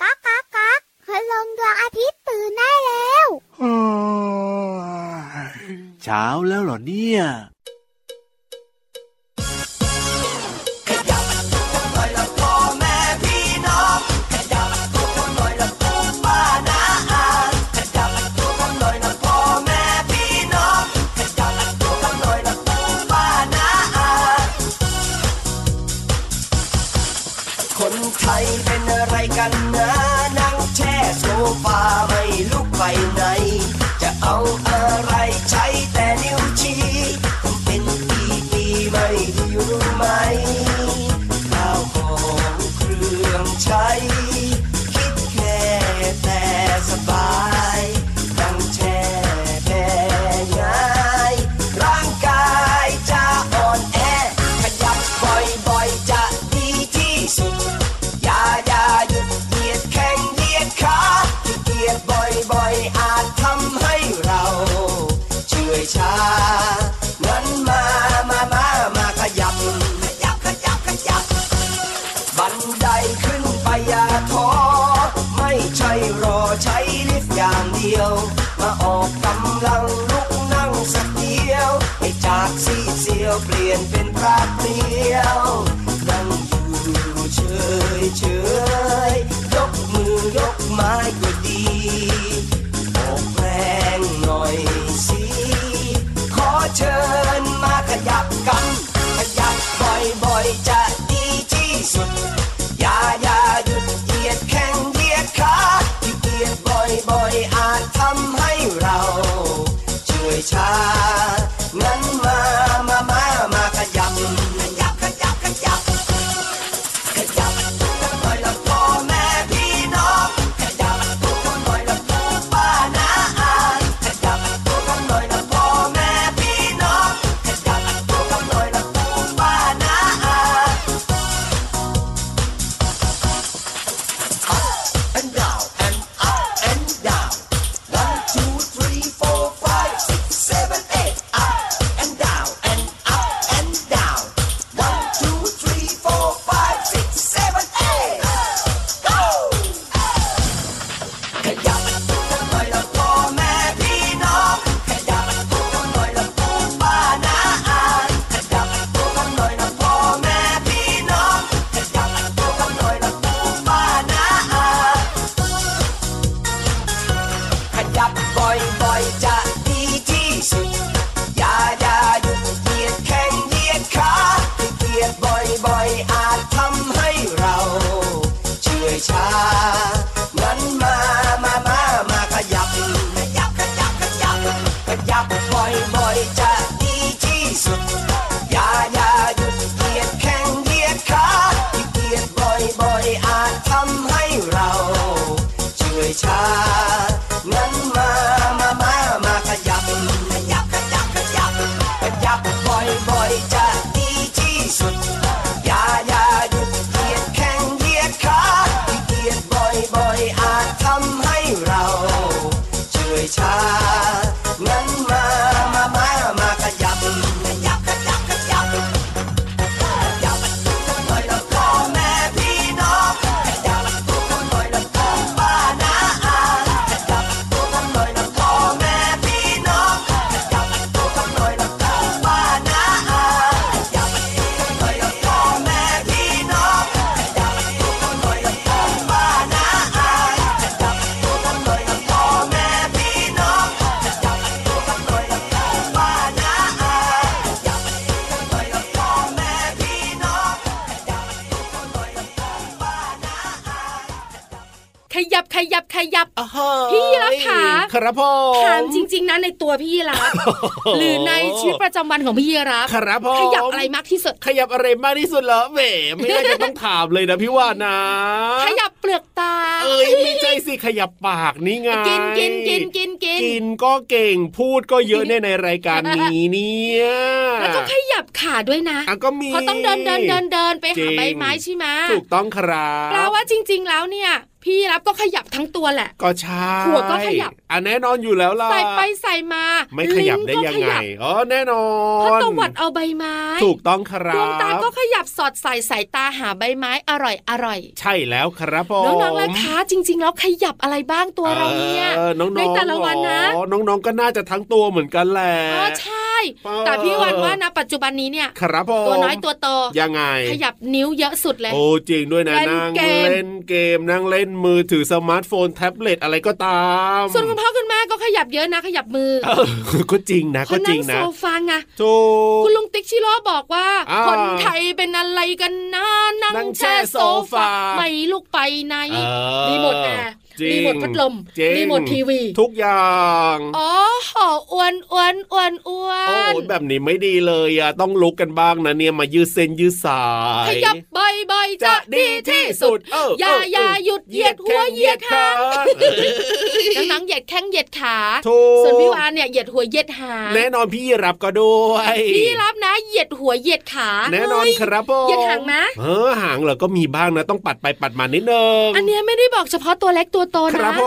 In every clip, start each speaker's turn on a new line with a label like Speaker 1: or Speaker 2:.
Speaker 1: ก๊ากก๊ากก๊ากพลงดวงอาทิตย์ตื่นได้แล้ว
Speaker 2: เช้าแล้วเหรอเนี่ย
Speaker 3: คนไทยเป็นอะไรกันนะนั่งแช่โซฟาไม่ลุกไปไหน จะเอาอะไรใช้แต่นิ้วชี้ผมเป็นปีปีๆไม่ดีรู้ไหมข้าวของเครื่องใช้ คิดแค่แต่สบายนั่งแช่แพ้ง่ายร่างกายจะอ่อนแอ ขยับบ่อยๆจะดีที่สุด อย่าอย่าหยุดเหยียดแข้งเหยียดขาเหยียดบ่อยๆ อาจทำให้เราเชื่อยชา นั้นมา มา มา มาขยับ ขยับ ขยับ ขยับ บันไดขึ้นไปอย่าท้อ ไม่ใช่รอใช้ลิฟต์อย่างเดียว มาออกกำลังลุกนั่งสักเดียว ให้จากซีดเซียวเปลี่ยนเป็นปราดเปรียว นั่งอยู่เฉยเฉยๆยกมือยกไม้ก็ดี ออกแรงหน่อยสิ ขอเชิญมาขยับกัน ขยับบ่อยๆจะดีที่สุด อย่าอย่าหยุดเหยียดแข้งเหยียดขาที่เหยียดบ่อยๆ อาจทำให้เราเชื่อยชา งั้นมา มา มา มาขยับ ขยับ ขยับ ขยับ ขยับตัวหน่อยละพ่อแม่พี่น้อง ขยับตัวหน่อยละปู่ป้าน้าอาขยับตัวหน่อยละพ่อแม่พี่น้อง ขยับตัวหน่อยละปู่ป้าน้าอา up and down and up and down. One, two, three, four, five, six, seven, eight. Up and down and up and down. One, two, three, four, five, six, seven, eight. Go! ขยับตัวหน่อยละพ่อแม่พี่น้อง ขยับตัวหน่อยละปู่ป้าน้าอาขยับตัวหน่อยละพ่อแม่พี่น้อง ขยับตัวหน่อยละปู่ป้าน้าอา ขยับบ่อยๆ จะดีที่สุด อย่าอย่าหยุดเหยียดแข้งเหยียดขาที่เหยียดบ่อยๆ อาจทำให้เราเชื่อยชา งั้นมา มา มา มาขยับ ขยับ ขยับ ขยับ ขยับบ่อยๆ จะดีที่สุด อย่าอย่าหยุดเหยียดแข้งเหยียดขาที่เหยียดบ่อยๆ อาจทำให้เรา ช่วยชา นั้นมา มา มา มาขยับ ขยับ ขยับ ขยับ ขยับบ่อยๆ จะดีที่สุด อย่าอย่าหยุดเหยียดแข้งเหยียดขาที่เหยียดบ่อยๆ อาจทำให้เราช่วยชา งั้นมา มา มา มาขยับ ขยับ ขยับ ขยับ
Speaker 4: ขยับขยับขยับ พี่ยีราฟขา
Speaker 5: ครับพ่อ
Speaker 4: ถามจริง ๆนะในตัวพี่ยี รับหรือในชีวิตประจำวันของพี่ยีรับ
Speaker 5: ครับพ่อ
Speaker 4: ขยับอะไรมากที่สุด
Speaker 5: ขยับอะไรมากที่สุดเหรอแหมไม่น่าจะต้องถามเลยนะพี่ว่านะ
Speaker 4: ขยับเปลือกตา
Speaker 5: เอ้ยไม่ใช่สิขยับปากนี่ไง
Speaker 4: กินกินกินกินกิน
Speaker 5: กินก็เก่งพูดก็เยอะเนี่ยในรายการนี้เนี่ย
Speaker 4: แล้วก็ขยับขาด้วยนะ
Speaker 5: อ่ะก็มี
Speaker 4: เขาะต้องเดินเดินเดินเดินไปหา
Speaker 5: จริง
Speaker 4: ใบไม้ใช่ไหม
Speaker 5: ถูกต้องครับ
Speaker 4: แปลว่าจริง ๆ แล้วเนี่ย พี่ยีรับก็ขยับทั้งตัวแหละ
Speaker 5: ก็ใช่
Speaker 4: หัวก็ขยับ
Speaker 5: อ่ะแน่นอนอยู่แล้วล่ะ
Speaker 4: ใส่ไปใส่มา
Speaker 5: ไม่ขยับ
Speaker 4: ลิ้น
Speaker 5: ได้
Speaker 4: ก็
Speaker 5: ยัง
Speaker 4: ข
Speaker 5: ไง
Speaker 4: ยับ
Speaker 5: อ๋อแน่นอ
Speaker 4: เพราะ
Speaker 5: น
Speaker 4: ตวัดเอาใบไม้
Speaker 5: ถูกต้องครับ
Speaker 4: ดวงตาก็ขยับสอดใส่สายตาหาใบไม้อร่อยอร่อย
Speaker 5: ใช่แล้วครับผม
Speaker 4: น้องๆล่ะคะจริง ๆ แล้วขยับอะไรบ้างตัวเราเนี่ย
Speaker 5: ออน้องๆ
Speaker 4: ในแต่ละวันนะ
Speaker 5: เหรอน้องๆ ก็น่าจะทั้งตัวเหมือนกันแหละ
Speaker 4: อ๋อใช่
Speaker 5: เออ
Speaker 4: แต่พี่วันว่านะปัจจุบันนี้เนี่ย
Speaker 5: ครับผม
Speaker 4: ตัวน้อยตัวโต
Speaker 5: ยังไง
Speaker 4: ขยับนิ้วเยอะสุดเลย
Speaker 5: โอ้จริงด้วยนะ
Speaker 4: เล่น
Speaker 5: นั่ง
Speaker 4: เกม
Speaker 5: เล่นเกมนั่งเล่นมือถือสมาร์ทโฟนแท็บเล็ตอะไรก็ตาม
Speaker 4: ส่วนคุณพ่อคุณแม่ก็ขยับเยอะนะ ขยับมือ
Speaker 5: เออ ก็จริงนะ
Speaker 4: เขา
Speaker 5: ก็จ
Speaker 4: นั่
Speaker 5: ริ
Speaker 4: ง
Speaker 5: ง
Speaker 4: โซ
Speaker 5: นะ
Speaker 4: ฟาไง
Speaker 5: ถูก
Speaker 4: คุณลุงติ๊กชิโร่บอกว่า
Speaker 5: อ่า
Speaker 4: คนไทยเป็นอะไรกันนะนั่
Speaker 5: นั่
Speaker 4: ง
Speaker 5: งแช่
Speaker 4: แช่โซ
Speaker 5: โซ
Speaker 4: ฟา
Speaker 5: ฟา
Speaker 4: ไม่ลุกไปไหน
Speaker 5: เออ
Speaker 4: รีโมทแอร์
Speaker 5: จง
Speaker 4: รีโมทพัดลม
Speaker 5: จง
Speaker 4: รีโมททีวี
Speaker 5: ทุกอย่าง
Speaker 4: อ๋อหออ้วนอ้วนอ้วนอ้ว
Speaker 5: โอ้
Speaker 4: น
Speaker 5: ยแบบนี้ไม่ดีเลยอ่ะต้องลุกกันบ้างนะเนี่ยมายืดเส้นยืดสาย
Speaker 4: ขยับบ่อยๆจะดีที่สุด
Speaker 5: เออ
Speaker 4: อ
Speaker 5: อย่
Speaker 4: าอย่าหยุดเหยียดหัวเหยียดหาง น้องๆเหยียดแข้งเหยียดขา
Speaker 5: ถูก
Speaker 4: ส่วนพี่วานเนี่ยเหยียดหัวเหยียดหาง
Speaker 5: แน่นอนพี่รับก็ด้วย
Speaker 4: พี่รับนะเหยียดหัวเหยียดขา
Speaker 5: แน่นอน
Speaker 4: เฮ้ย
Speaker 5: ครับผม
Speaker 4: เหยียดหางนะ
Speaker 5: เออหางเหรอก็มีบ้างนะต้องปัดไปปัดมานิดนึง
Speaker 4: อันเนี้ยไม่ได้บอกเฉพาะตัวเล็กตัวโต
Speaker 5: ครั
Speaker 4: นะ
Speaker 5: บผ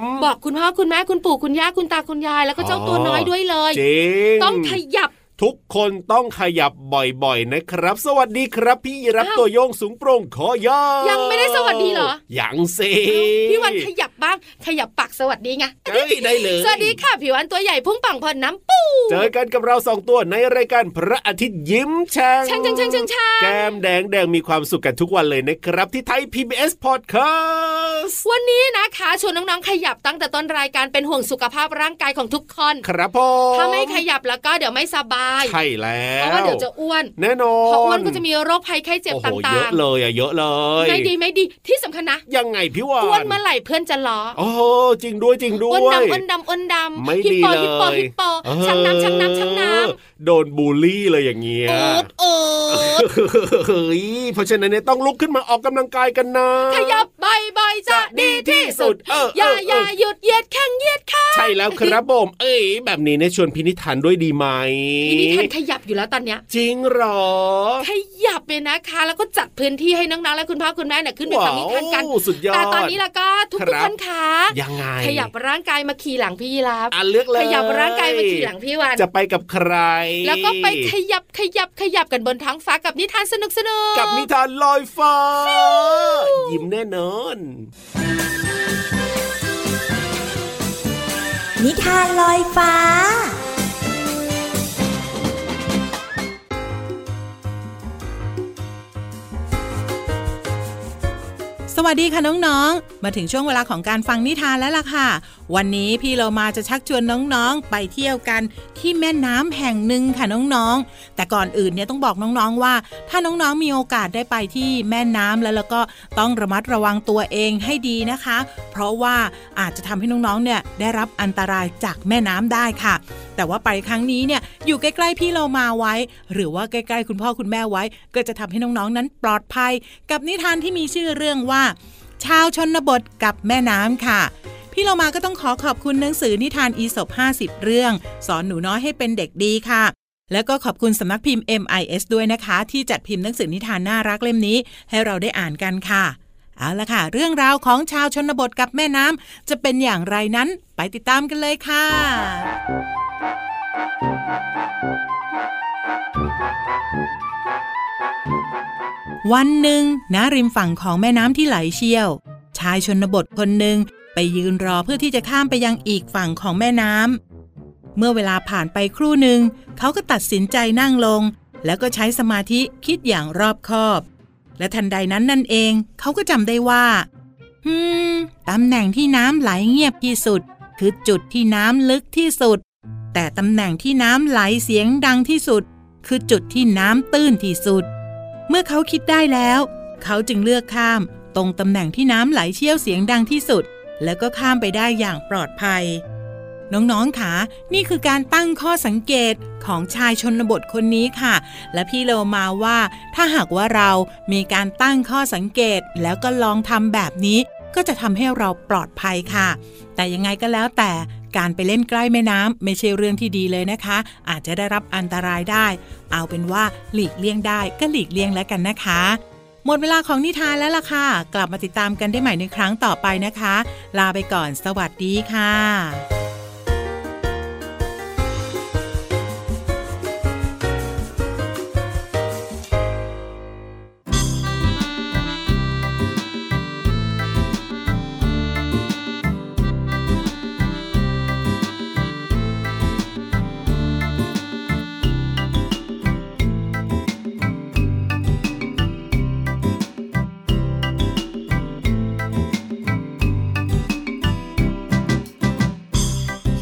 Speaker 5: ม
Speaker 4: บอกคุณพ่อคุณแม่คุณปู่คุณย่าคุณตาคุณยายแล้วก็เจ้าตัวน้อยด้วยเลย
Speaker 5: จริง
Speaker 4: ต้องขยับ
Speaker 5: ทุกคนต้องขยับบ่อยๆนะครับ สวัสดีครับพี่รับ
Speaker 4: อ้าว
Speaker 5: ตัวโยงสูงโปร่งคอยาว
Speaker 4: ยังไม่ได้สวัสดีเหรอ
Speaker 5: ยังสิ
Speaker 4: พี่วันขยับบ้างขยับปากสวัสดีไง
Speaker 5: เอ้ยได้เลย
Speaker 4: สวัสดีค่ะพี่วันตัวใหญ่พุ่งปังพอน้ำปู
Speaker 5: เจอกันกับเราสองตัวในรายการพระอาทิตย์ยิ้มแฉ่ง
Speaker 4: ช่างช่างช่างช่างช่าง
Speaker 5: แก้มแดงแดงมีความสุขกันทุกวันเลยนะครับ ที่ไทย PBS Podcast
Speaker 4: วันนี้นะคะชวนน้องๆขยับตั้งแต่ต้นรายการเป็นห่วงสุขภาพร่างกายของทุกคน
Speaker 5: ครับผม
Speaker 4: ถ้าไม่ขยับแล้วก็เดี๋ยวไม่สบาย
Speaker 5: ใช่แล้
Speaker 4: เพราะว่าเดี๋ยวจะอ้วน
Speaker 5: แน่นอน
Speaker 4: พออ้วนก็จะมีโรคภัยไข้เจ็บ
Speaker 5: โอ้โห
Speaker 4: ต่า
Speaker 5: เย
Speaker 4: ง
Speaker 5: อะเลยอะเยอะเลย
Speaker 4: ๆ ไม่ดีไม่ดีที่สำคัญนะ
Speaker 5: ยังไงพี่วาน
Speaker 4: อ้วนเมื่อไหร่เพื่อนจะล้อ
Speaker 5: โอ้โหจริงด้วยจริงด้ว
Speaker 4: อ้วน
Speaker 5: ย
Speaker 4: ดำอ้วนดำอ้วนดำ
Speaker 5: ไม่
Speaker 4: ฮิป
Speaker 5: ดี
Speaker 4: โป
Speaker 5: เลย
Speaker 4: ฮิปโปฮิปโป
Speaker 5: เออ
Speaker 4: ชังน้ำชังน้ำชังน้
Speaker 5: โดนบูลลี่เลยอย่างเงี้
Speaker 4: ำ
Speaker 5: ย
Speaker 4: โอ๊ตโอ๊ต
Speaker 5: เฮ้ยเพราะฉะนั้นเนี่ยต้องลุกขึ้นมาออกกำลังกายกันนะ
Speaker 4: ขยับใบใบจะดีที่สุด
Speaker 5: เออเออ
Speaker 4: อย่าอ
Speaker 5: เออ
Speaker 4: ย่าหยุดเหยียดแข้งเหยียดขา
Speaker 5: ใช่แล้วครับผมเอ้ย แบบนี้เนี่ยชวนพินิธานด้วยดีไหม
Speaker 4: พี่นิทานขยับอยู่แล้วตอนเนี้ย
Speaker 5: จริงเหรอ
Speaker 4: ขยับเลยนะคะ แล้วก็จัดพื้นที่ให้น้องๆและคุณพ่อคุณแม่เนี่ยขึ้นไปฟังนิทานกัน
Speaker 5: ว้วสุดยอด
Speaker 4: แต่ตอนนี้ละก็ทุก
Speaker 5: ครั
Speaker 4: ๆ
Speaker 5: บ
Speaker 4: คนขา
Speaker 5: ยังไง
Speaker 4: ขยับร่างกายมาขี่หลังพี่ยีราฟ
Speaker 5: อ่ะเลือกเลย
Speaker 4: ขยับร่างกายมาขี่หลังพี่วัน
Speaker 5: จะไปกับใคร
Speaker 4: แล้วก็ไปขยับขยับขยับกันบนท้องฟ้ากับนิทานสนุกสนุก
Speaker 5: กับนิทานลอยฟ้า ยิ้มแน่นอน
Speaker 6: นิทานลอยฟ้า
Speaker 7: สวัสดีค่ะน้องๆ มาถึงช่วงเวลาของการฟังนิทานแล้วล่ะค่ะ วันนี้พี่เรามาจะชักชวนน้องๆ ไปเที่ยวกันที่แม่น้ำแห่งหนึ่งค่ะน้องๆ แต่ก่อนอื่นเนี่ยต้องบอกน้องๆว่า ถ้าน้องๆมีโอกาสได้ไปที่แม่น้ำแล้วแล้วก็ต้องระมัดระวังตัวเองให้ดีนะคะ เพราะว่าอาจจะทำให้น้องๆ เนี่ยได้รับอันตรายจากแม่น้ำได้ค่ะ แต่ว่าไปครั้งนี้เนี่ยอยู่ใกล้ๆพี่เรามาไว้ หรือว่าใกล้ๆคุณพ่อคุณแม่ไว้ ก็จะทำให้น้องๆนั้นปลอดภัย กับนิทานที่มีชื่อเรื่องว่า ชาวชนบทกับแม่น้ำค่ะ พี่เรามาก็ต้องขอขอบคุณหนังสือนิทานอีสบ50 เรื่อง สอนหนูน้อยให้เป็นเด็กดีค่ะ แล้วก็ขอบคุณสำนักพิมพ์ MIS ด้วยนะคะ ที่จัดพิมพ์หนังสือนิทานน่ารักเล่มนี้ ให้เราได้อ่านกันค่ะ เอาละค่ะ เรื่องราวของชาวชนบทกับแม่น้ำจะเป็นอย่างไรนั้นไปติดตามกันเลยค่ะ วันหนึ่งณริมฝั่งของแม่น้ำที่ไหลเชี่ยว ชายชนบทคนหนึ่งไปยืนรอเพื่อที่จะข้ามไปยังอีกฝั่งของแม่น้ำ เมื่อเวลาผ่านไปครู่หนึ่ง เขาก็ตัดสินใจนั่งลง แล้วก็ใช้สมาธิคิดอย่างรอบคอบ และทันใดนั้นนั่นเอง เขาก็จำได้ว่า ฮึมตำแหน่งที่น้ำไหลเงียบที่สุด คือจุดที่น้ำลึกที่สุด แต่ตำแหน่งที่น้ำไหลเสียงดังที่สุด คือจุดที่น้ำตื้นที่สุด เมื่อเขาคิดได้แล้ว เขาจึงเลือกข้าม ตรงตำแหน่งที่น้ำไหลเชี่ยวเสียงดังที่สุด แล้วก็ข้ามไปได้อย่างปลอดภัย น้องๆค่ะนี่คือการตั้งข้อสังเกตของชายชนบทคนนี้ค่ะ และพี่โลมาว่า ถ้าหากว่าเรามีการตั้งข้อสังเกตแล้วก็ลองทำแบบนี้ ก็จะทำให้เราปลอดภัยค่ะ แต่ยังไงก็แล้วแต่การไปเล่นใกล้แม่น้ำไม่ใช่เรื่องที่ดีเลยนะคะ อาจจะได้รับอันตรายได้ เอาเป็นว่าหลีกเลี่ยงได้ก็หลีกเลี่ยงแล้วกันนะคะ หมดเวลาของนิทานแล้วล่ะค่ะ กลับมาติดตามกันได้ใหม่ในครั้งต่อไปนะคะ ลาไปก่อนสวัสดีค่ะ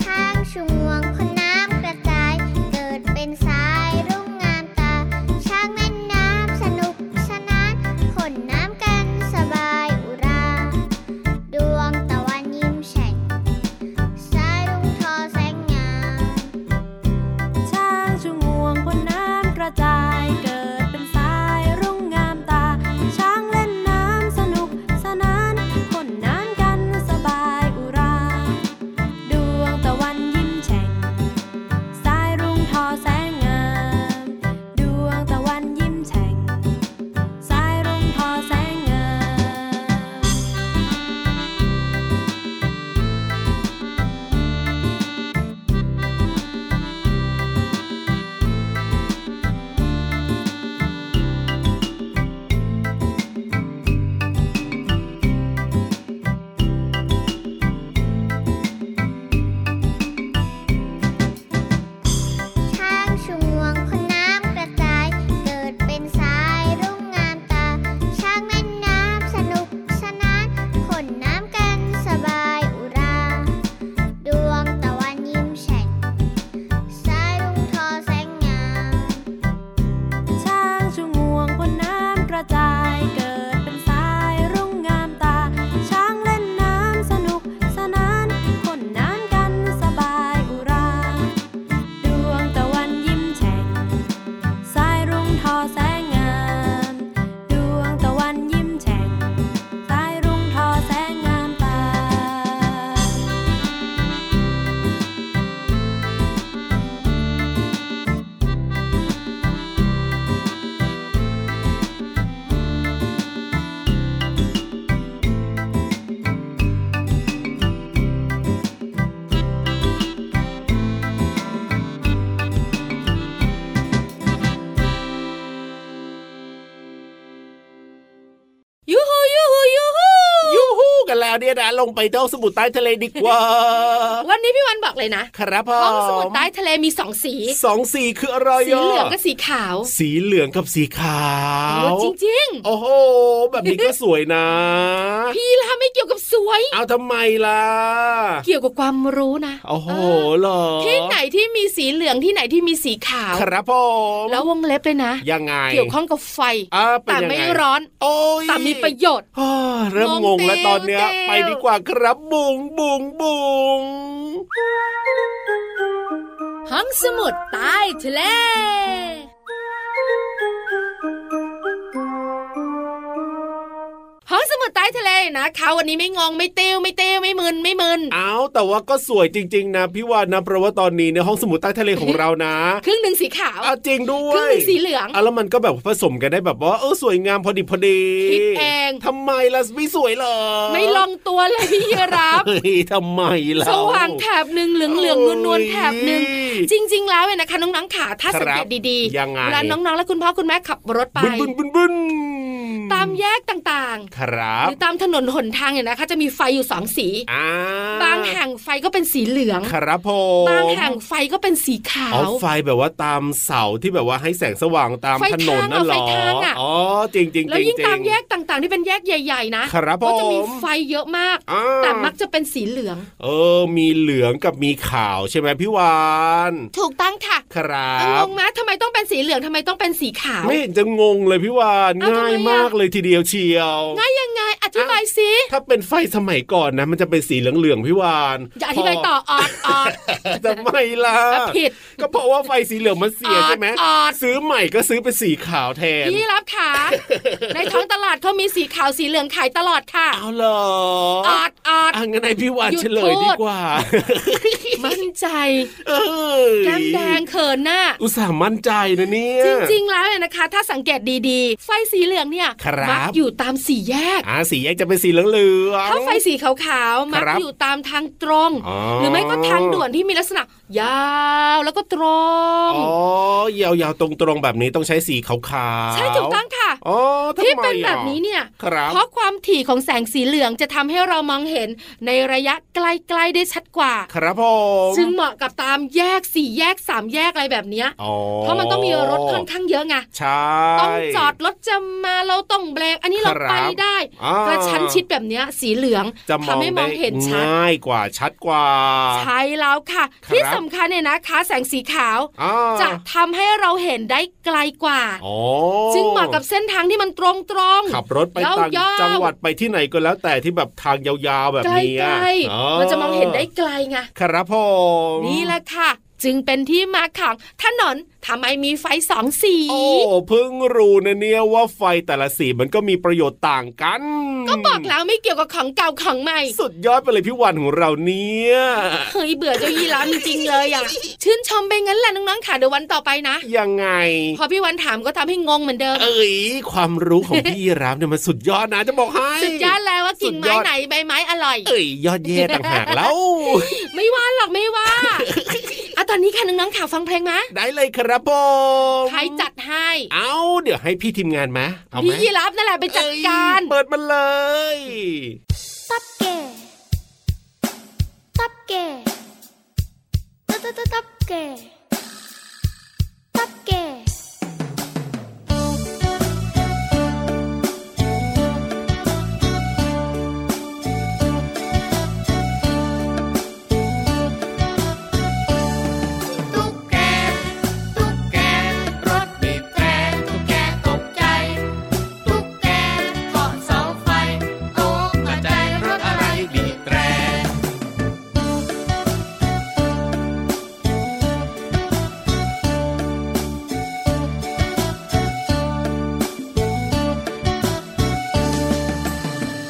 Speaker 1: ช้างชงวงคนน้ำกระจาย เกิดเป็นสายรุ่งงามตา ช้างแม่น้ำสนุกสนานขนน้ำกันสบายอุรา ดวงตะวันยิ้มแฉ่ง สายรุ่งทอแสงงาม
Speaker 6: ช้างชูงวงบนน้ำกระจายเกิดเป็นสายรุ่งงามตา ช้างเล่นน้ำสนุกสนานคนน้ำกันสบายอุรา ดวงตะวันยิ้มแฉ่ง สายรุ่งทอแสงงาม ดวงตะวันยิ้มแฉ่ง สายรุ่งทอแสงงาม
Speaker 1: ช้างชุงวงคนน้ำกระจาย เกิดเป็นสายรุ่งงามตา ช้างแม่น้ำสนุกสนานขนน้ำกันสบายอุรา ดวงตะวันยิ้มแฉ่ง สายรุ่งทอแสงงาม
Speaker 6: ช้างชูงวงบนน้ำกระจายเกิดเป็นสายรุ่งงามตา ช้างเล่นน้ำสนุกสนานคนน้ำกันสบายอุรา ดวงตะวันยิ้มแฉ่ง สายรุ่งทอแสงงาม ดวงตะวันยิ้มแฉ่ง สายรุ่งทอแสงงามตา
Speaker 4: ยูฮูยูฮูยูฮู
Speaker 5: ยูฮูกันแล้วเนี่ยนะลงไปเที่ยวสมุทรใต้ทะเลดีกว่า
Speaker 4: วันนี้พี่วันบอกเลยนะครับ
Speaker 5: ผ
Speaker 4: ห้องสมุด
Speaker 5: ม
Speaker 4: ใต้ทะเลมีสองสี
Speaker 5: สองสีคืออะไร
Speaker 4: สีเหลืองกับ
Speaker 5: ะ
Speaker 4: สีขาว
Speaker 5: สีเหลืองกับสีขาว
Speaker 4: จริงจริง
Speaker 5: โอ้โห แบบนี้ก็สวยนะ
Speaker 4: ๆ พี่ลาไม่เกี่ยวกับสวย
Speaker 5: เอาทำไมล่ะ
Speaker 4: เกี่ยวกับความรู้นะ
Speaker 5: โอ้โห
Speaker 4: เ
Speaker 5: เหรอ
Speaker 4: ออที่ไหนที่มีสีเหลืองที่ไหนที่มีสีขาว
Speaker 5: ครับผม
Speaker 4: แล้ววงเล็บเลยนะ
Speaker 5: ยังไง
Speaker 4: เกี่ยวข้องกับไฟ
Speaker 5: อ่าเป็น
Speaker 4: แต่
Speaker 5: ยังง
Speaker 4: ไม่ร้อน
Speaker 5: โอ้ย
Speaker 4: แต่มีประโยชน์
Speaker 5: อ้าเริ่มงงแล้วตอนเนี้ย
Speaker 4: งงเตว
Speaker 5: ไปดีกว่าครับบุงบุงบุง
Speaker 4: ห้องสมุดใต้ทะเล ห้องสมุดใต้ทะเลนะคะวันนี้ไม่งงไม่เตี้ยวไม่เตี้ยวไม่มึนไม่มึน
Speaker 5: เอาแต่ว่าก็สวยจริง ๆ นะพี่วานนะเพราะว่าตอนนี้ในยห้องสมุดใต้ทะเลของเรานะ
Speaker 4: ครึ่งหนึ่งสีขาว
Speaker 5: อ่ะจริงด้ว
Speaker 4: ครึ่ง
Speaker 5: ย
Speaker 4: หนึ่งสีเหลือง
Speaker 5: อ่ะแล้วมันก็แบบผสมกันได้แบบว่าเออสวยงามพอดีพอดี
Speaker 4: คิดเอง
Speaker 5: ทำไมล่ะไม่สวยเหรอ
Speaker 4: ไม่ลองตัวเลยพี่ยีรับ
Speaker 5: เฮ้ยทำไมล่ะ
Speaker 4: สว่างแถบหนึ่งเหลืองเหลืองนวลนวลๆแถบหนึ่ง
Speaker 5: โอ้ย
Speaker 4: จริง ๆ แล้วเนี่ยนะคะน้องๆขาถ้าสังเกตดี
Speaker 5: ยังไง
Speaker 4: เวลาน้องๆ และคุณพ่อคุณแม่ขับรถไป
Speaker 5: บึ้นบึ้นบึ้นบึ้น
Speaker 4: ตามแยกต่าง
Speaker 5: ครั
Speaker 4: ๆ ห
Speaker 5: บ
Speaker 4: รือตามถนนหนทางเนี่ยนะคะจะมีไฟอยู่สองสี
Speaker 5: อ่า
Speaker 4: บางแห่งไฟก็เป็นสีเหลือง
Speaker 5: ครับผม
Speaker 4: บางแห่งไฟก็เป็นสีขา
Speaker 5: อ๋อ
Speaker 4: ว
Speaker 5: ไฟแบบว่าตามเสาที่แบบว่าให้แสงสว่างตาม
Speaker 4: ไฟ
Speaker 5: ถนน
Speaker 4: ทางอะ
Speaker 5: นั่นเหร
Speaker 4: ไฟ
Speaker 5: อ
Speaker 4: ทางอะ
Speaker 5: อ๋อจริงจริง
Speaker 4: แล้ว
Speaker 5: จริ
Speaker 4: ยิ่ง
Speaker 5: งจริ
Speaker 4: ตาม
Speaker 5: ง
Speaker 4: แยกต่างๆ ที่เป็นแยกใหญ่ ๆ นะครับ
Speaker 5: ผม
Speaker 4: ก็จะมีไฟเยอะมาก
Speaker 5: อ่า
Speaker 4: แต่มักจะเป็นสีเหลือง
Speaker 5: เออ มีเหลืองกับมีขาวใช่ไหมพี่วาน
Speaker 4: ถูกต้องค่ะ
Speaker 5: ครั
Speaker 4: ง
Speaker 5: บ
Speaker 4: งไหมทำไมต้องเป็นสีเหลืองทำไมต้องเป็นสีขาว
Speaker 5: ไม่เห็นจะงงเลยพี่วาน
Speaker 4: เอ้าทำ
Speaker 5: ง่าย
Speaker 4: ไมอะ
Speaker 5: มากเลยทีเดียวเชียว
Speaker 4: ง่ายยังไงอ ธิบายสิ
Speaker 5: ถ้าเป็นไฟสมัยก่อนนะ มันจะเป็นสีเหลืองๆพี่วาน
Speaker 4: อย่าอธิบายต่อออดออด
Speaker 5: ทำไมล่ะ
Speaker 4: แล้วผิด
Speaker 5: ก็เพราะว่าไฟสีเหลืองมันเสียใช่ไหม
Speaker 4: ออด
Speaker 5: ซื้อใหม่ก็ซื้อเป็นสีขาวแทน
Speaker 4: พี่รับขา ในท้องตลาดเขามีสีขาวสีเหลืองขายตลอดค่ะ
Speaker 5: เอาเหรอ
Speaker 4: ออดออด
Speaker 5: อ่ะงั้นให้พี่วาน
Speaker 4: หยุด
Speaker 5: เฉลย
Speaker 4: พูด
Speaker 5: ดีกว่า
Speaker 4: มั่นใจ
Speaker 5: เอ้ย
Speaker 4: แก้มแดงเขินน่ะ
Speaker 5: อุตส่าห์มั่นใจนะเนี่ย
Speaker 4: จริง ๆ แล้วเนี่ยนะคะ ถ้าสังเกตดีๆ ไฟสีเหลืองเนี่ย
Speaker 5: ครับ
Speaker 4: มัอยู่ตามสี่แยก
Speaker 5: อ่าสีแยกจะเป็นสีเหลืองเหลือง
Speaker 4: ถ้าไฟสีขาวๆ มัก
Speaker 5: ครับ
Speaker 4: อยู่ตามทางตรง
Speaker 5: อ๋อ
Speaker 4: หรือไม่ก็ทางด่วนที่มีลักษณะ ยาวแล้วก็ตรง
Speaker 5: อ๋อยาวๆตรงๆแบบนี้ต้องใช้สีขาวๆ
Speaker 4: ใช่ถูกต้องค่ะ
Speaker 5: อ๋อทำไม
Speaker 4: ที่เป็นแบบ
Speaker 5: อ่ะ
Speaker 4: นี้เนี่ย
Speaker 5: ครับ
Speaker 4: เพราะความถี่ของแสงสีเหลืองจะทำให้เรามองเห็นในระยะใกล้ๆได้ชัดกว่า
Speaker 5: ครับผม
Speaker 4: ซึ่งเหมาะกับตามแยกสี่แยกสามแยกอะไรแบบเนี้ย
Speaker 5: อ๋อ
Speaker 4: เพราะมันต้องมีรถค่อนข้างเยอะไง
Speaker 5: ใช่
Speaker 4: ต้องจอดรถจะมาเราต้องเบรกอันนี้เรา
Speaker 5: ครับ
Speaker 4: ไปได้
Speaker 5: อ่าก ก
Speaker 4: ระชั้นชิดแบบเนี้ยสีเหลือง
Speaker 5: จะมอ
Speaker 4: ทำ
Speaker 5: ง
Speaker 4: ให้ม
Speaker 5: ได้
Speaker 4: องเห็นชัด
Speaker 5: ง่ายกว่าชัดกว่า
Speaker 4: ใช่แล้วค่ะ
Speaker 5: ครับ
Speaker 4: ที่สำคัญเนี่ยนะคะแสงสีขาว
Speaker 5: อ่า
Speaker 4: จะทำให้เราเห็นได้ไกลกว่า
Speaker 5: อ๋อ
Speaker 4: จึงเหมาะกับเส้นทางที่มันตรงตรง
Speaker 5: ขับรถไป
Speaker 4: ยาวๆ
Speaker 5: ต่างจังหวัดไปที่ไหนก็แล้วแต่ที่แบบทางยาวๆแบบ
Speaker 4: ไกล
Speaker 5: เนี้ย
Speaker 4: ไกล
Speaker 5: อ๋อ
Speaker 4: มันจะมองเห็นได้ไกลไง
Speaker 5: ครับผม
Speaker 4: นี่แหละค่ะ จึงเป็นที่มาของถนนทำไมมีไฟสองสี
Speaker 5: โอ้เพิ่งรู้นะเนี่ยว่าไฟแต่ละสีมันก็มีประโยชน์ต่างกัน
Speaker 4: ก็บอกแล้วไม่เกี่ยวกับของเก่าของใหม่
Speaker 5: สุดยอดไปเลยพี่วันของเราเนี่ย
Speaker 4: เคยเบื่อเจ้ายีราฟจริงๆเลยอ่ะ ชื่นชมไปงั้นแหละน้องๆค่ะเดี๋ยววันต่อไปนะ
Speaker 5: ยังไง
Speaker 4: พอพี่วันถามก็ทำให้งงเหมือนเดิม
Speaker 5: เอ้ยความรู้ของพี่ยีรับเนี่ยมันสุดยอดนะจะบอกให้
Speaker 4: สุดยอดแล้วว่ากิ่ง
Speaker 5: สุดย
Speaker 4: ไม้
Speaker 5: อด
Speaker 4: ไหนใบไม้อร่อย
Speaker 5: เอ้ยยอดเย่ต่างหากแล้ว
Speaker 4: ไม่ว่าหรอกไม่ว่าอ่ะตอนนี้ค่ะน้องๆค่ะฟังเพลงมะ
Speaker 5: ได้เลยครับผม
Speaker 4: ใครจัดให้
Speaker 5: เอาเดี๋ยวให้พี่ทีมงานมาเอาไหม
Speaker 4: พี่ยีรับนั่นแหละไปจัดการ
Speaker 5: เอ้ยเปิดมันเลย
Speaker 1: ตับเก่ตับเก่ตับตับตับตับเก่ตับเก่ตุ๊กแกตุ๊กแกรถบีบแตรตุ๊กแกตกใจ ตุ๊กแกเกาะเสาไฟตกกระจายรถอะไรบีบแตร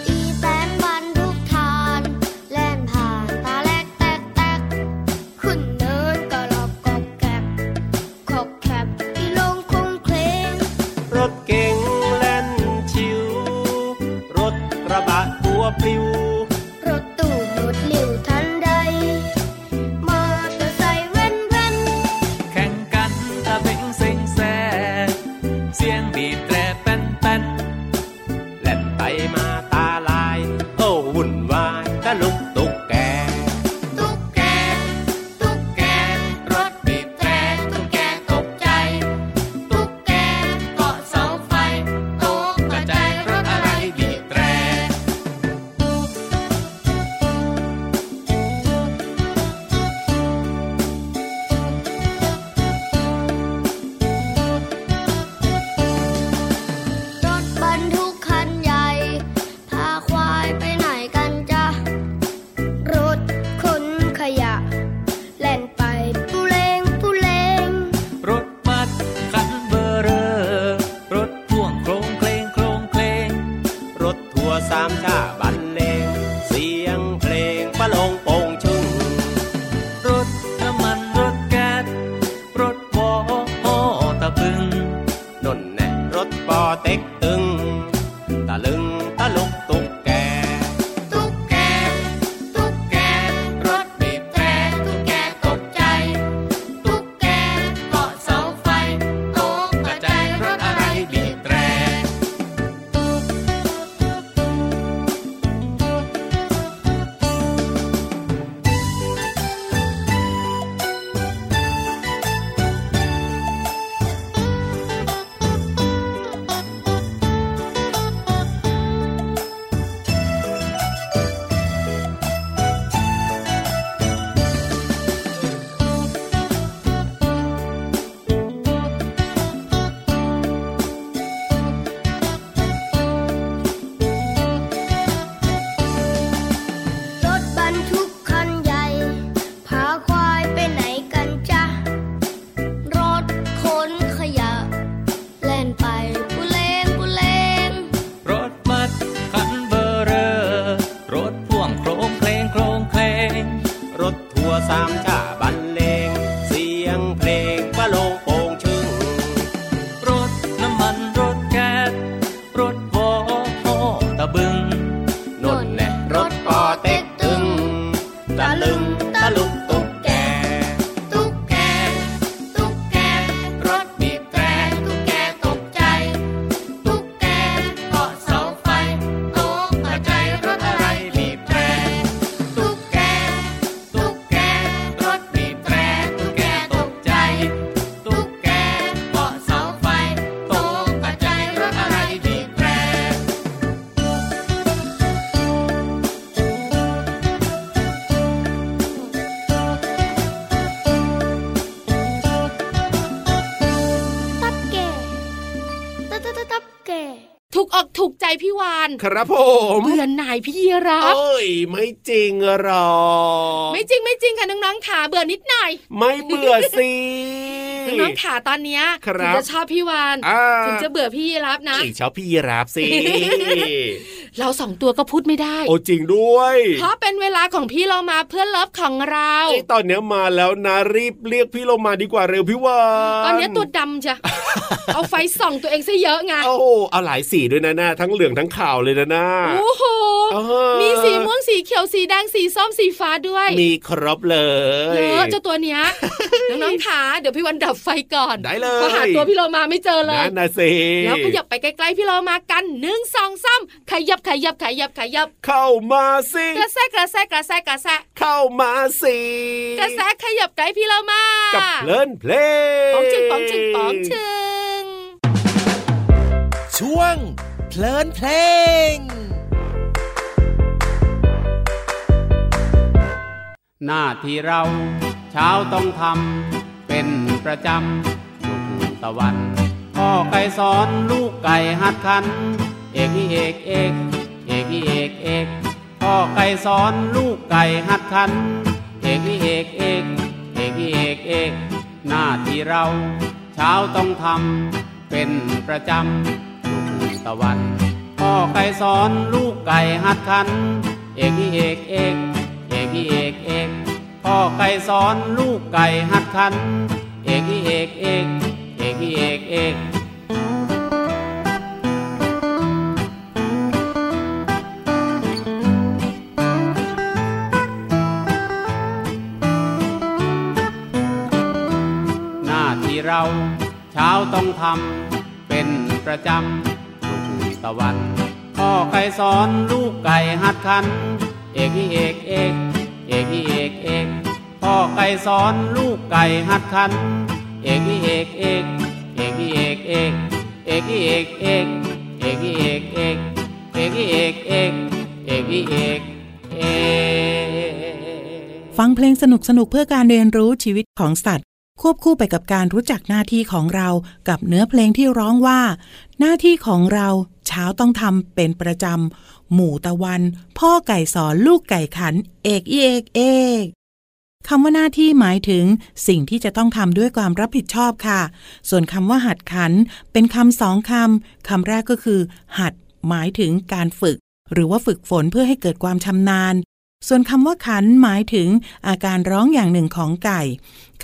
Speaker 1: อีแป้นบันทุกทานแล่นผ่านตาแลกแตกแตกขึ้นเนินก็หลบกบแกบขบแคบอีลงคงเคลง
Speaker 2: รถเก๋งแล่นชิว รถกระบะตัวปลิว
Speaker 1: รถตู้หมุดหลิวทันใด มอเตอร์ไซค์แว่นแว่น
Speaker 2: แข่งกันตะเบงเซ็งแซ่เสียงบีบแตรแป้นแป้นแล่นไปมาตาลาย โอ้วุ่นวายตะลุกตุกแก
Speaker 1: ตุ๊กแก ตุ๊กแก รถบีบแตรตุ๊กแกตกใจ ตุ๊กแกเกาะเสาไฟตกกระจายรถอะไรบีบแตร รถบรรทุกคันใหญ่ พาควายไปไหนกันจ๊ะ รถขนขยะ แล่นไปปูเลงปูเลง
Speaker 2: รถบัสคันเบอร์เรอรถพ่วงโครงเคลงโครงเคลง รถทัวร์สามชาบันเลง เสียงเพลงปะโลงโปงชึงรถน้ำมันรถแก๊สรถวอฮอตะพึงนนแน่รถปอเต็กตึง ตะลึงตะลุกตุกแก
Speaker 1: ตุ๊กแก ตุ๊กแก รถบีบแตรตุ๊กแกตกใจ ตุ๊กแกเกาะเสาไฟตกกระจายรถอะไรบีบแตร
Speaker 8: Thank
Speaker 4: พี่วาน
Speaker 5: ครับผม
Speaker 4: เบื่อหน่ายพี่ยีราฟ
Speaker 5: โอ้ยไม่จริงหรอ
Speaker 4: ไม่จริงไม่จริงค่ะน้องๆขาเบื่อนิดหน่อย
Speaker 5: ไม่เบื่อสิ
Speaker 4: น้องๆขาตอนเนี้ย
Speaker 5: ครั
Speaker 4: ถึง
Speaker 5: บ
Speaker 4: จะชอบพี่วาน
Speaker 5: อ่า
Speaker 4: ถึงจะเบื่อพี่ยีรับนะ
Speaker 5: อีกชอบพี่ยีราฟสิ
Speaker 4: เราสองตัวก็พูดไม่ได้
Speaker 5: โอ้จริงด้วย
Speaker 4: เพราะเป็นเวลาของพี่เรามาเพื่อนเลิฟของเรา
Speaker 5: ไอ้ตอนเนี้ยมาแล้วนะรีบเรียกพี่โลมาดีกว่าเร็วพี่วาน
Speaker 4: ตอนเนี้ยตัวดำ จ้ะ เอาไฟส่องตัวเองซะเยอะไง
Speaker 5: โอ้โหเอาหลายสีด้วยนะหน้าทั้งเหลืองทั้งขาวเลยนะหน้า
Speaker 4: โอ้โห
Speaker 5: เออ
Speaker 4: มีสีม่วงสีเขียวสีแดงสีส้มสีฟ้าด้วย
Speaker 5: มีครบเลย
Speaker 4: เยอะเจ้าตัวเนี้ย น้องๆขาเดี๋ยวพี่วันดับไฟก่อน
Speaker 5: ได้เลย
Speaker 4: พอหาตัวพี่เรามาไม่เจอเลย
Speaker 5: นั่นนะสิ
Speaker 4: แล้วขยับไปใกล้ๆพี่เรามากันหนึ่งสองสามขยับขยับขยับขยับ
Speaker 5: เข้ามาสิ
Speaker 4: กระแซะกระแซะกระแซะกระแซะ
Speaker 5: เข้ามาสิ
Speaker 4: กระแซะขยับไกลพี่เรามา
Speaker 5: กับเพลินเพลง
Speaker 4: ป๋องชึงป๋องชึงป๋องชึง
Speaker 2: ช่วง เพลินเพลง
Speaker 9: หน้าที่เรา เช้าต้องทำเป็นประจำลูกตะวันพ่อไก่สอนลูกไก่หัดขัน เอกอีเอกเอกเอกอีเอกเอกพ่อไก่สอนลูกไก่หัดขัน เอกอีเอกเอกเอกอีเอกเอกหน้าที่เรา เช้าต้องทำเป็นประจำลูกตะวัน พ่อไก่สอนลูกไก่หัดขัน เอกอีเอกเอกเอกอีเอกเอกพ่อไก่สอนลูกไก่หัดขัน เอกอีเอกเอกเอกอีเอกเอก หน้าที่เรา เช้าต้องทำเป็นประจำลูกตะวันพ่อไก่สอนลูกไก่หัดขัน เอกอีเอกเอกเอกอีเอกเอกพ่อไก่สอนลูกไก่หัดขัน เอกอีเอกเอกเอกอีเอกเอกเอกอีเอกเอกเอกอีเอกเอกเอกอีเอกเอกเอกอีเอกเอก
Speaker 7: ฟังเพลงสนุกสนุกๆเพื่อการเรียนรู้ชีวิตของสัตว์ ควบคู่ไปกับการรู้จักหน้าที่ของเรากับเนื้อเพลงที่ร้องว่า หน้าที่ของเราเช้าต้องทำเป็นประจำหมู่ตะวัน พ่อไก่สอนลูกไก่ขัน เอกอีเอกเอกคำว่าหน้าที่หมายถึง สิ่งที่จะต้องทำด้วยความรับผิดชอบค่ะ ส่วนคำว่าหัดขัน เป็นคำสองคำคำแรกก็คือ หัด หมายถึงการฝึก หรือว่าฝึกฝนเพื่อให้เกิดความชำนาญ ส่วนคำว่าขันหมายถึงอาการร้องอย่างหนึ่งของไก่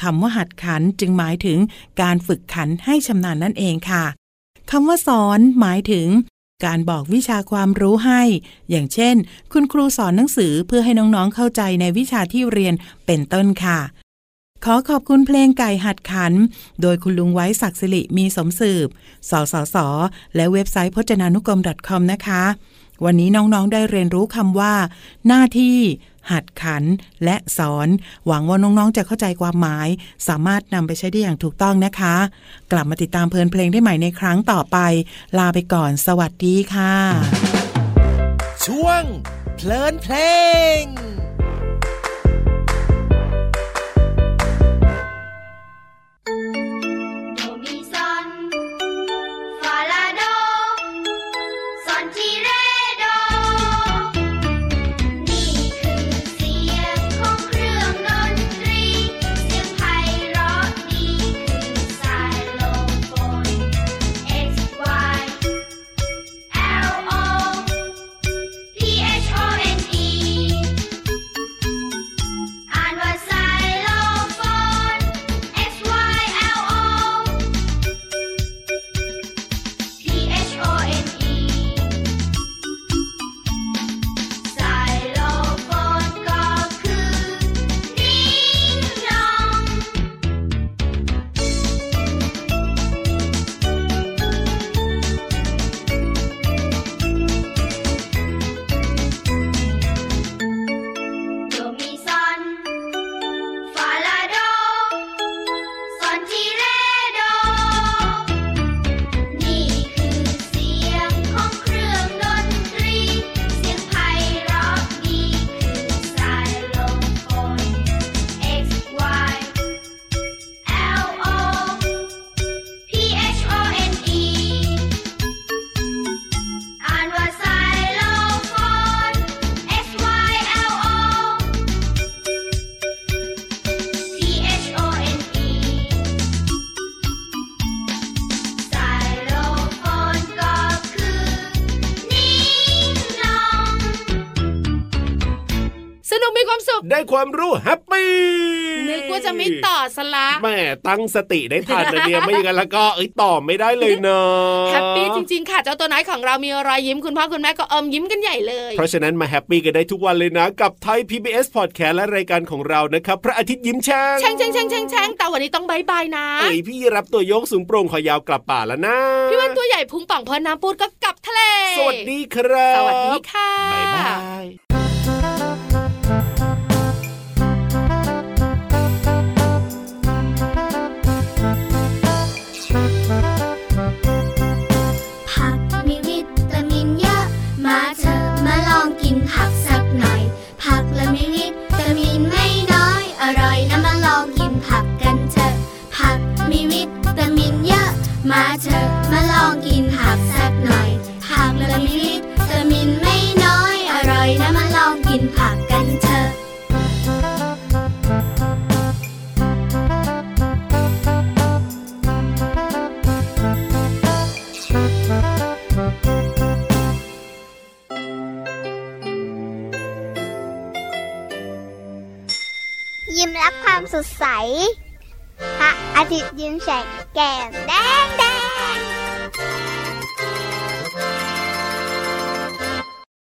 Speaker 7: คำว่าหัดขันจึงหมายถึงการฝึกขันให้ชำนาญนั่นเองค่ะคำว่าสอนหมายถึง การบอกวิชาความรู้ให้ อย่างเช่น คุณครูสอนหนังสือเพื่อให้น้องๆเข้าใจในวิชาที่เรียนเป็นต้นค่ะ ขอขอบคุณเพลงไก่หัดขัน โดยคุณลุงไว้ศักดิ์สิริมีสมสืบ สสส และเว็บไซต์พจนานุกรม .com นะคะ วันนี้น้องๆได้เรียนรู้คำว่า หน้าที่ หัดขัน และสอน หวังว่าน้องๆจะเข้าใจความหมาย สามารถนำไปใช้ได้อย่างถูกต้องนะคะ กลับมาติดตามเพลินเพลงได้ใหม่ในครั้งต่อไป ลาไปก่อน สวัสดีค่ะ
Speaker 2: ช่วง เพลินเพลง
Speaker 1: โดมีซอนฟาลาโด ซอนทีเรโด นี่คือเสียงของเครื่องดนตรี เสียงไพเราะนี่คือไซโลโฟน X Y L O P H O N E
Speaker 4: ก
Speaker 5: ได้ความรู้แฮปปี้
Speaker 4: นึกว่าจะไม่ต่อสละ
Speaker 5: แม่ตั้งสติได้ทันนะ เนี่ย ไม่อย่างนั้นแล้วก็เอ้ยต่อไม่ได้เลยเนาะ
Speaker 4: แฮปปี้จริงๆ ค่ะ เจ้าตัวน้อยของเรามีรอยยิ้มคุณพ่อคุณแม่ก็อมยิ้มกันใหญ่เลย
Speaker 5: เพราะฉะนั้นมาแฮปปี้กันได้ทุกวันเลยนะ กับไทย PBS Podcast และรายการของเรานะครับ พระอาทิตย์ยิ้มแฉ่ง
Speaker 4: แช่งแช่งแช่งแช่งแช่งแต่วันนี้ต้องบายบายนะ
Speaker 5: เอ้ยพี่รับตัวโยกสูงโปร่งคอยาวกลับป่าแล้วนะ
Speaker 4: พี่วันตัวใหญ่พุงป่องพอน้ำปูดก็กลับทะเล
Speaker 5: สวัสดีครับ
Speaker 4: สวัสดีค่ะ
Speaker 5: บ๊ายบาย
Speaker 10: ผักมีวิตามินเยอะ มาเถอะมาลองกินผักสักหน่อย ผักและมีวิตามินไม่น้อย อร่อยนะมาลองกินผักกันเถอะ ผักมีวิตามินเยอะ มาเถอะมาลองกินผักสักหน่อย ผักและมีวิตามินไม่น้อย อร่อยนะมาลองกินผักกันเถอะ
Speaker 11: ยิ้มรับความสดใส พระอาทิตย์ยิ้มแฉกแก้มแดงแด